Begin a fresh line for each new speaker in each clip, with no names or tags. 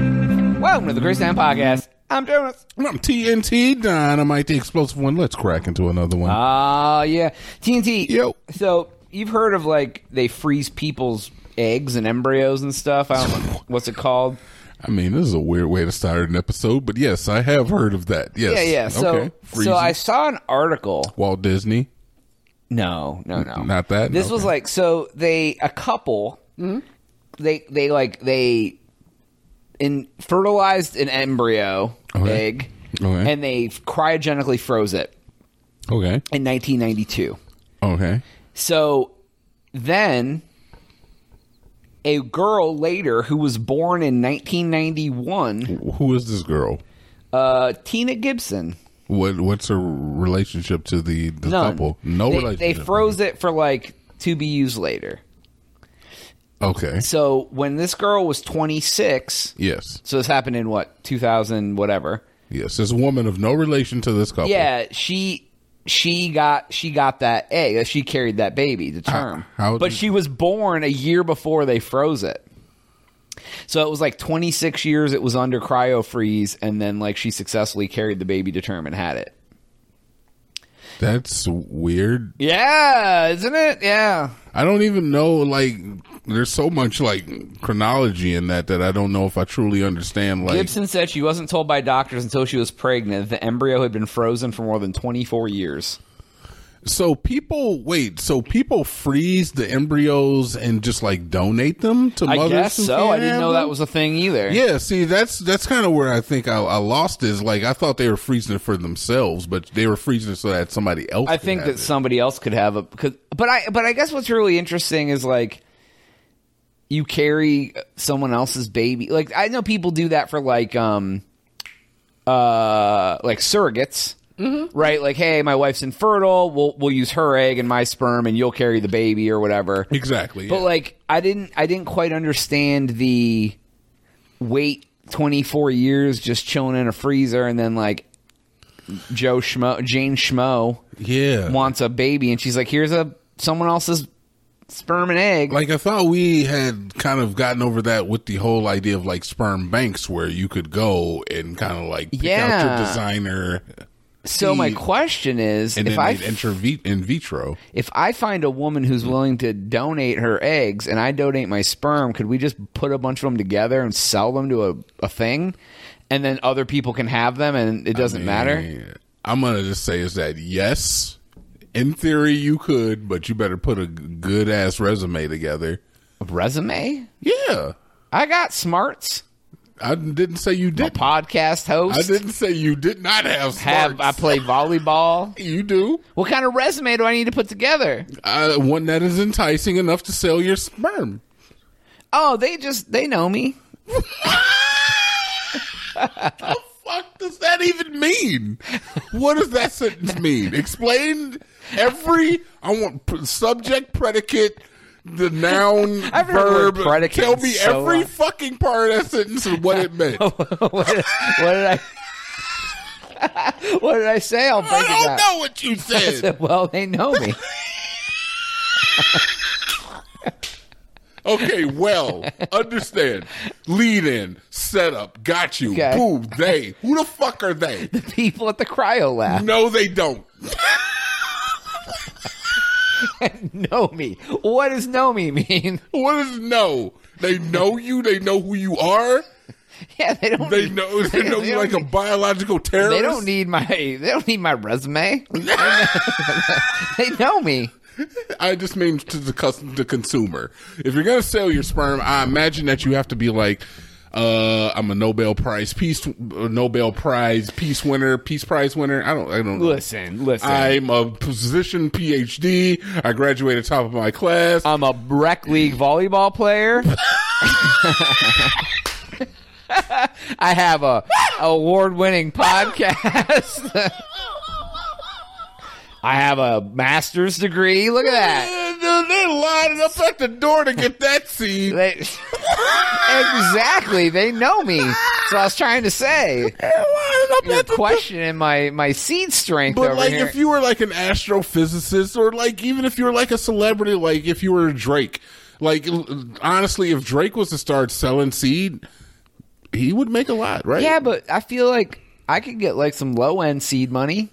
Welcome to the Chris Down Podcast. I'm Jonas.
I'm TNT Dynamite, the explosive one. Let's crack into another one.
Ah, yeah. TNT.
Yo.
So you've heard of like they freeze people's eggs and embryos and stuff. I don't know what's it called.
I mean, this is a weird way to start an episode, but yes, I have heard of that. Yes.
Yeah, yeah. So,
okay. Freezing.
so I saw an article.
Walt Disney.
No, no, no,
Not that?
This was
Okay. Mm-hmm.
like so they a couple. They they like they in fertilized an embryo
Okay.
egg,
Okay.
and they cryogenically froze it
Okay.
in 1992.
Okay.
So then a girl later who was born in 1991,
Who is this girl?
uh, Tina Gibson.
What What's her relationship to the, the
None.
couple? No
they, They
relationship.
froze it for like to be used later.
Okay.
So when this girl was 26,
Yes.
so this happened in what 2000 whatever.
Yes. This woman of no relation to this couple.
Yeah, she she got she got that egg. Uh, She carried that baby to term.
how
but
did-
she was born a year before they froze it. So it was like 26 years it was under cryo freeze and then like she successfully carried the baby to term and had it.
That's weird.
Yeah, isn't it? Yeah.
I don't even know like there's so much like chronology in that that I don't know if I truly understand like
Gibson said she wasn't told by doctors until she was pregnant that the embryo had been frozen for more than 24 years.
so people wait so people freeze the embryos and just like donate them to
I
mothers
guess
who
so.
can't
I didn't
have
know that
them?
was a thing either.
yeah see that's that's kind of where I think I, I lost is like I thought they were freezing it for themselves but they were freezing it so that somebody else
I
could
think
have
that
it.
somebody else could have a because, but I but I guess what's really interesting is like you carry someone else's baby. Like I know people do that for like um uh like surrogates.
Mm-hmm.
Right, like, hey, my wife's infertile. We'll we'll use her egg and my sperm, and you'll carry the baby or whatever.
exactly
But
yeah.
like, I didn't I didn't quite understand the wait twenty four years just chilling in a freezer, and then like Joe Schmo, Jane Schmo,
yeah
wants a baby and she's like here's a someone else's sperm and egg
Like I thought we had kind of gotten over that with the whole idea of like sperm banks where you could go and kind of like pick out
Yeah.
your designer
so my
see-
question is
and
if
then
i
they'd enter vi- in vitro.
if i find a woman who's
Mm-hmm.
willing to donate her eggs and i donate my sperm could we just put a bunch of them together and sell them to a, a thing and then other people can have them and it doesn't matter
And I'm gonna just say is that yes, in theory you could, but you better put a good ass resume together.
resume
Yeah,
i got smarts
I didn't say you
a
did.
podcast
I
host
didn't say you did not have
have
smarts.
i play volleyball
you do
what kind of resume do i need to put together
uh, one that is enticing enough to sell your sperm.
oh they just they know me
fuck does that even mean? What does that sentence mean? Explain every. I want p- subject, predicate, the noun,
I've heard the word
verb.
predicate
Tell me
so Oh
every
much.
fucking part of that sentence and what it meant. I
what, did, what did I? what did I say? I'll break it
don't
down.
know what you
I
said.
said, well, they know me.
Okay, well, understand. Lead in, set up, got you.
Okay.
Boom, they. Who the fuck are they?
People at the cryo lab
No, they don't.
know me. What does know me mean?
What does no? They know you. They know who you are.
yeah, they don't.
They
need-
know. They know you
don't
like a
need-
biological terrorist.
They don't need my. They don't need my resume. they know- they know me.
I just mean to the custom, the consumer. If you're gonna sell your sperm, I imagine that you have to be like, uh, I'm a Nobel Prize peace, Nobel Prize peace winner, peace prize winner. I don't, I don't. Know.
Listen, listen.
I'm a position PhD. I graduated top of my class.
I'm a rec league volleyball player. I have a award winning podcast. I have a master's degree. Look at that.
Yeah, dude, they're lining up at the door to get that seed.
They- exactly. They know me. So I was trying to say.
They're lining up
You're
at the door.
questioning my, my seed strength
But
over
like,
here.
if you were like an astrophysicist, or like even if you were like a celebrity, like if you were Drake, like l- honestly, if Drake was to start selling seed, He would make a lot, right?
Yeah, but I feel like I could get like some low end seed money.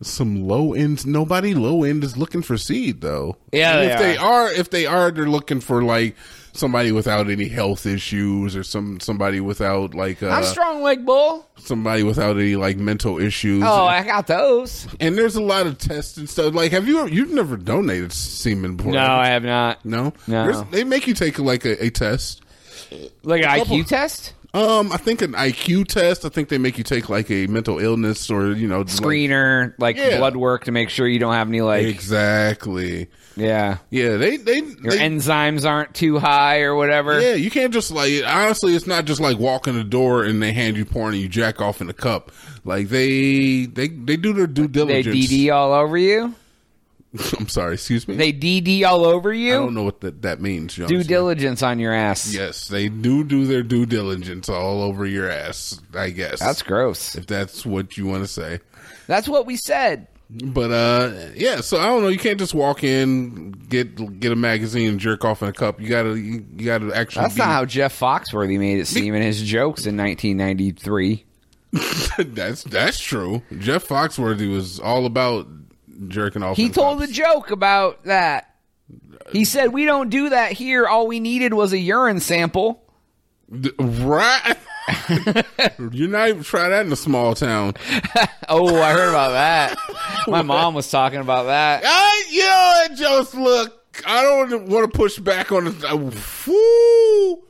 Some low end. Nobody low end is looking for seed though.
Yeah,
And
they
if they are, if they are, they're looking for like somebody without any health issues or some somebody without like uh,
I'm strong leg bull.
somebody without any like mental issues.
Oh, I got those.
and there's a lot of tests and stuff. Like, have you you've never donated semen before?
No, I have not.
no,
No.
There's- They make you take like a, a test.
Like an
Couple-
IQ test?
Um, I think an IQ test. I think they make you take like a mental illness or you know just, like-
Screener, like
Yeah.
blood work to make sure you don't have any like
exactly.
yeah.
Yeah, they they,
Your
they-
enzymes aren't too high or whatever.
yeah. You can't just like honestly, it's not just like walk in the door and they hand you porn and you jack off in a cup. Like they they they do their due
They
diligence.
DD all over you.
I'm sorry, excuse me.
They DD all over
I
you.
don't know what that that means. Johnson.
Due diligence on your ass.
Yes, they do do their due diligence all over your ass. I guess
That's gross.
if that's what you want to say.
That's what we said.
But uh, yeah. So I don't know. You can't just walk in, get get a magazine, and jerk off in a cup. You gotta you, you gotta actually.
That's
be-
not how Jeff Foxworthy made it seem in his jokes in 1993.
that's that's true. Jeff Foxworthy was all about jerking off.
He
in
told a
cups.
joke about that. He said, "We don't do that here. All we needed was a urine sample."
D- right. You're not even try that in a small town.
Oh, I heard about that. My mom was talking about that.
I, you know, what, just look. I don't want to push back on uh, it. Woo.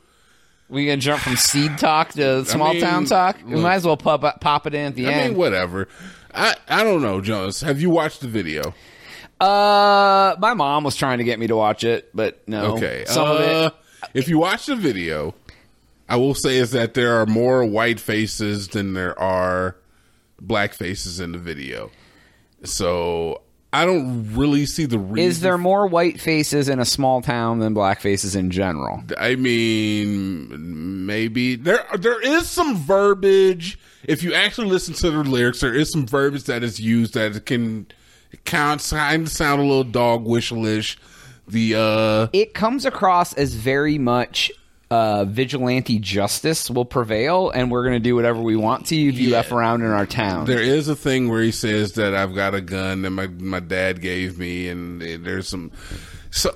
We gonna jump from seed talk to small town
mean,
talk. We
look.
might as well pop pop it in at the
I
end.
mean, whatever. I, I don't know, Jonas. Have you watched the video?
uh, my mom was trying to get me to watch it, but no.
Okay.
some of
Uh,
it.
If you watch the video, I will say is that there are more white faces than there are black faces in the video. So I don't really see the reason.
Is there more white faces in a small town than black faces in general?
I mean, maybe there there is some verbiage. If you actually listen to the lyrics, there is some verbiage that is used that can count kind of sound a little dog whistle-ish. The uh,
it comes across as very much uh, vigilante justice will prevail, and we're going to do whatever we want to if you f around in our town.
there is a thing where he says that I've got a gun that my my dad gave me, and there's some so.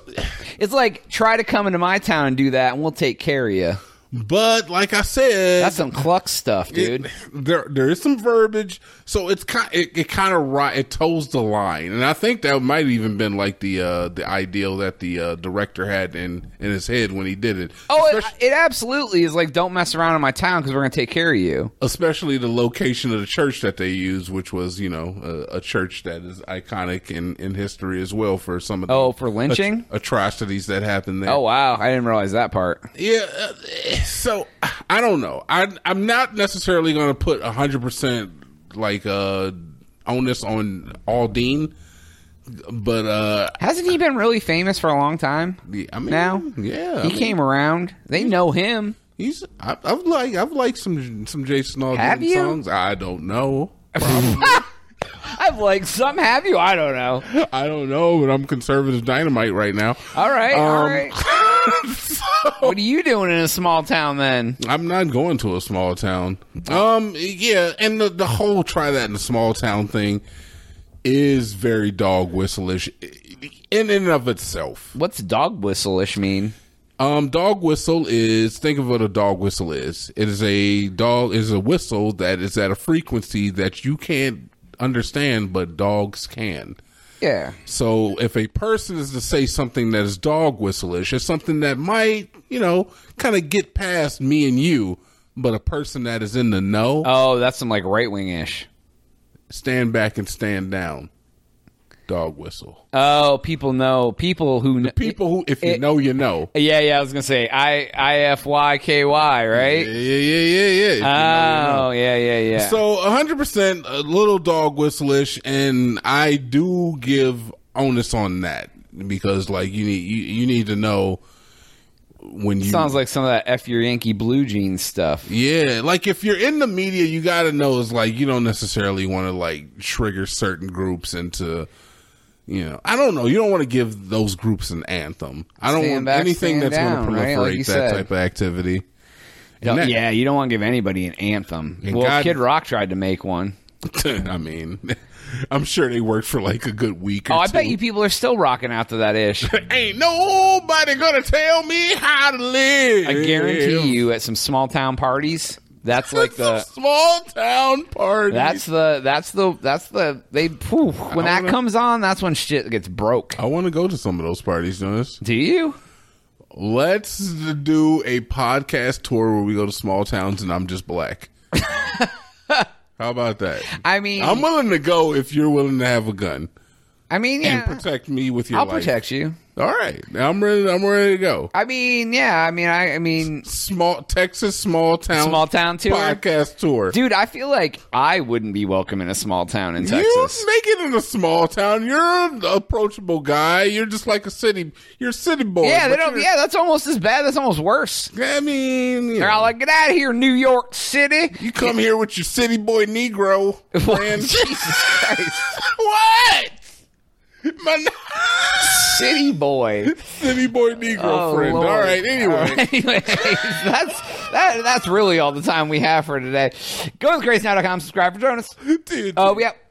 it's like try to come into my town and do that, and we'll take care of you.
But like I said,
That's some cluck stuff, dude.
It- there there is some verbiage, so it's kind it, it kind of ri- it toes the line, and I think that might even been like the uh, the ideal that the uh, director had in in his head when he did it.
oh, it,
especially,
it absolutely is like don't mess around in my town because we're going to take care of you.
especially the location of the church that they used, which was you know a, a church that is iconic in in history as well for some of the
Oh, for lynching?
atrocities that happened there.
Oh wow, I didn't realize that part.
Yeah, uh, eh, so I don't know. I I'm not necessarily going to put 100% like uh onus on Aldine, but uh
Hasn't he been really famous for a long time?
yeah, I mean
Now?
yeah. I
He
mean,
came around. They know him.
he's I, I've like I've liked some some Jason
Have
Aldean
you?
songs. I don't know.
I've like some have you. I don't know.
I don't know, but I'm conservative dynamite right now.
All right, all
Um,
right.
so-
What are you doing in a small town then?
I'm not going to a small town. Um, yeah, and the, the whole try that in a small town thing is very dog whistleish in and of itself.
What's dog whistle-ish mean?
Um, dog whistle is think of what a dog whistle is. It is a dog is a whistle that is at a frequency that you can't understand, but dogs can.
Yeah.
So if a person is to say something that is dog whistleish, it's something that might, you know, kind of get past me and you, but a person that is in the know,
Oh, that's some like right wing ish.
stand back and stand down. Dog whistle.
Oh, people know people who know.
People who, if you know, you know.
yeah, yeah. I was gonna say I I F Y K Y
Yeah,
right.
yeah, yeah, yeah. yeah. If you know, you know.
Oh, yeah, yeah, yeah.
So 100% a little dog whistleish, and I do give onus on that because, like, you need you, you need to know when you
Sounds like some of that F your Yankee blue jeans stuff.
Yeah, like if you're in the media, you gotta know is like you don't necessarily want to like trigger certain groups into, you know, I don't know. You don't want to give those groups an anthem. I don't
Stand
want
back,
anything
stand
that's going
down,
to
right?
proliferate
Like you
that
said.
type of activity. And that-
yeah, you don't want to give anybody an anthem.
And
well,
God-
Kid Rock tried to make one.
I mean, I'm sure they worked for like a good week. Or
Oh, I bet
two.
you people are still rocking out to that ish.
Ain't nobody gonna tell me how to live.
I guarantee you, at some small town parties, that's like the
small town party.
that's the that's the that's the they whew, when that
wanna-
comes on, that's when shit gets broke.
I want to go to some of those parties, Jonas.
Do you?
Let's do a podcast tour where we go to small towns and I'm just black. How about that?
I mean,
I'm willing to go if you're willing to have a gun
I mean,
and
yeah,
protect me with your
I'll
life.
protect you.
All right, I'm ready. I'm ready to go.
I mean, yeah, I mean, I, I mean,
Small Texas small town
Small town tour.
podcast tour.
dude, I feel like I wouldn't be welcome in a small town in
You
Texas.
make it in a small town. You're an approachable guy. You're just like a city. You're a city boy.
yeah, they
but
don't.
you're-
Yeah, that's almost as bad. That's almost worse.
I mean, you,
They're
know,
all like, "Get out of here, New York City."
you come here with your city boy Negro.
What?
friend.
Jesus Christ,
what? My
city boy.
city boy Negro
Oh,
friend.
Lord.
All right. Anyway,
Anyways, that's that, that's really all the time we have for today. Go to gracenow.com, subscribe for Jonas.
dude.
Uh, we have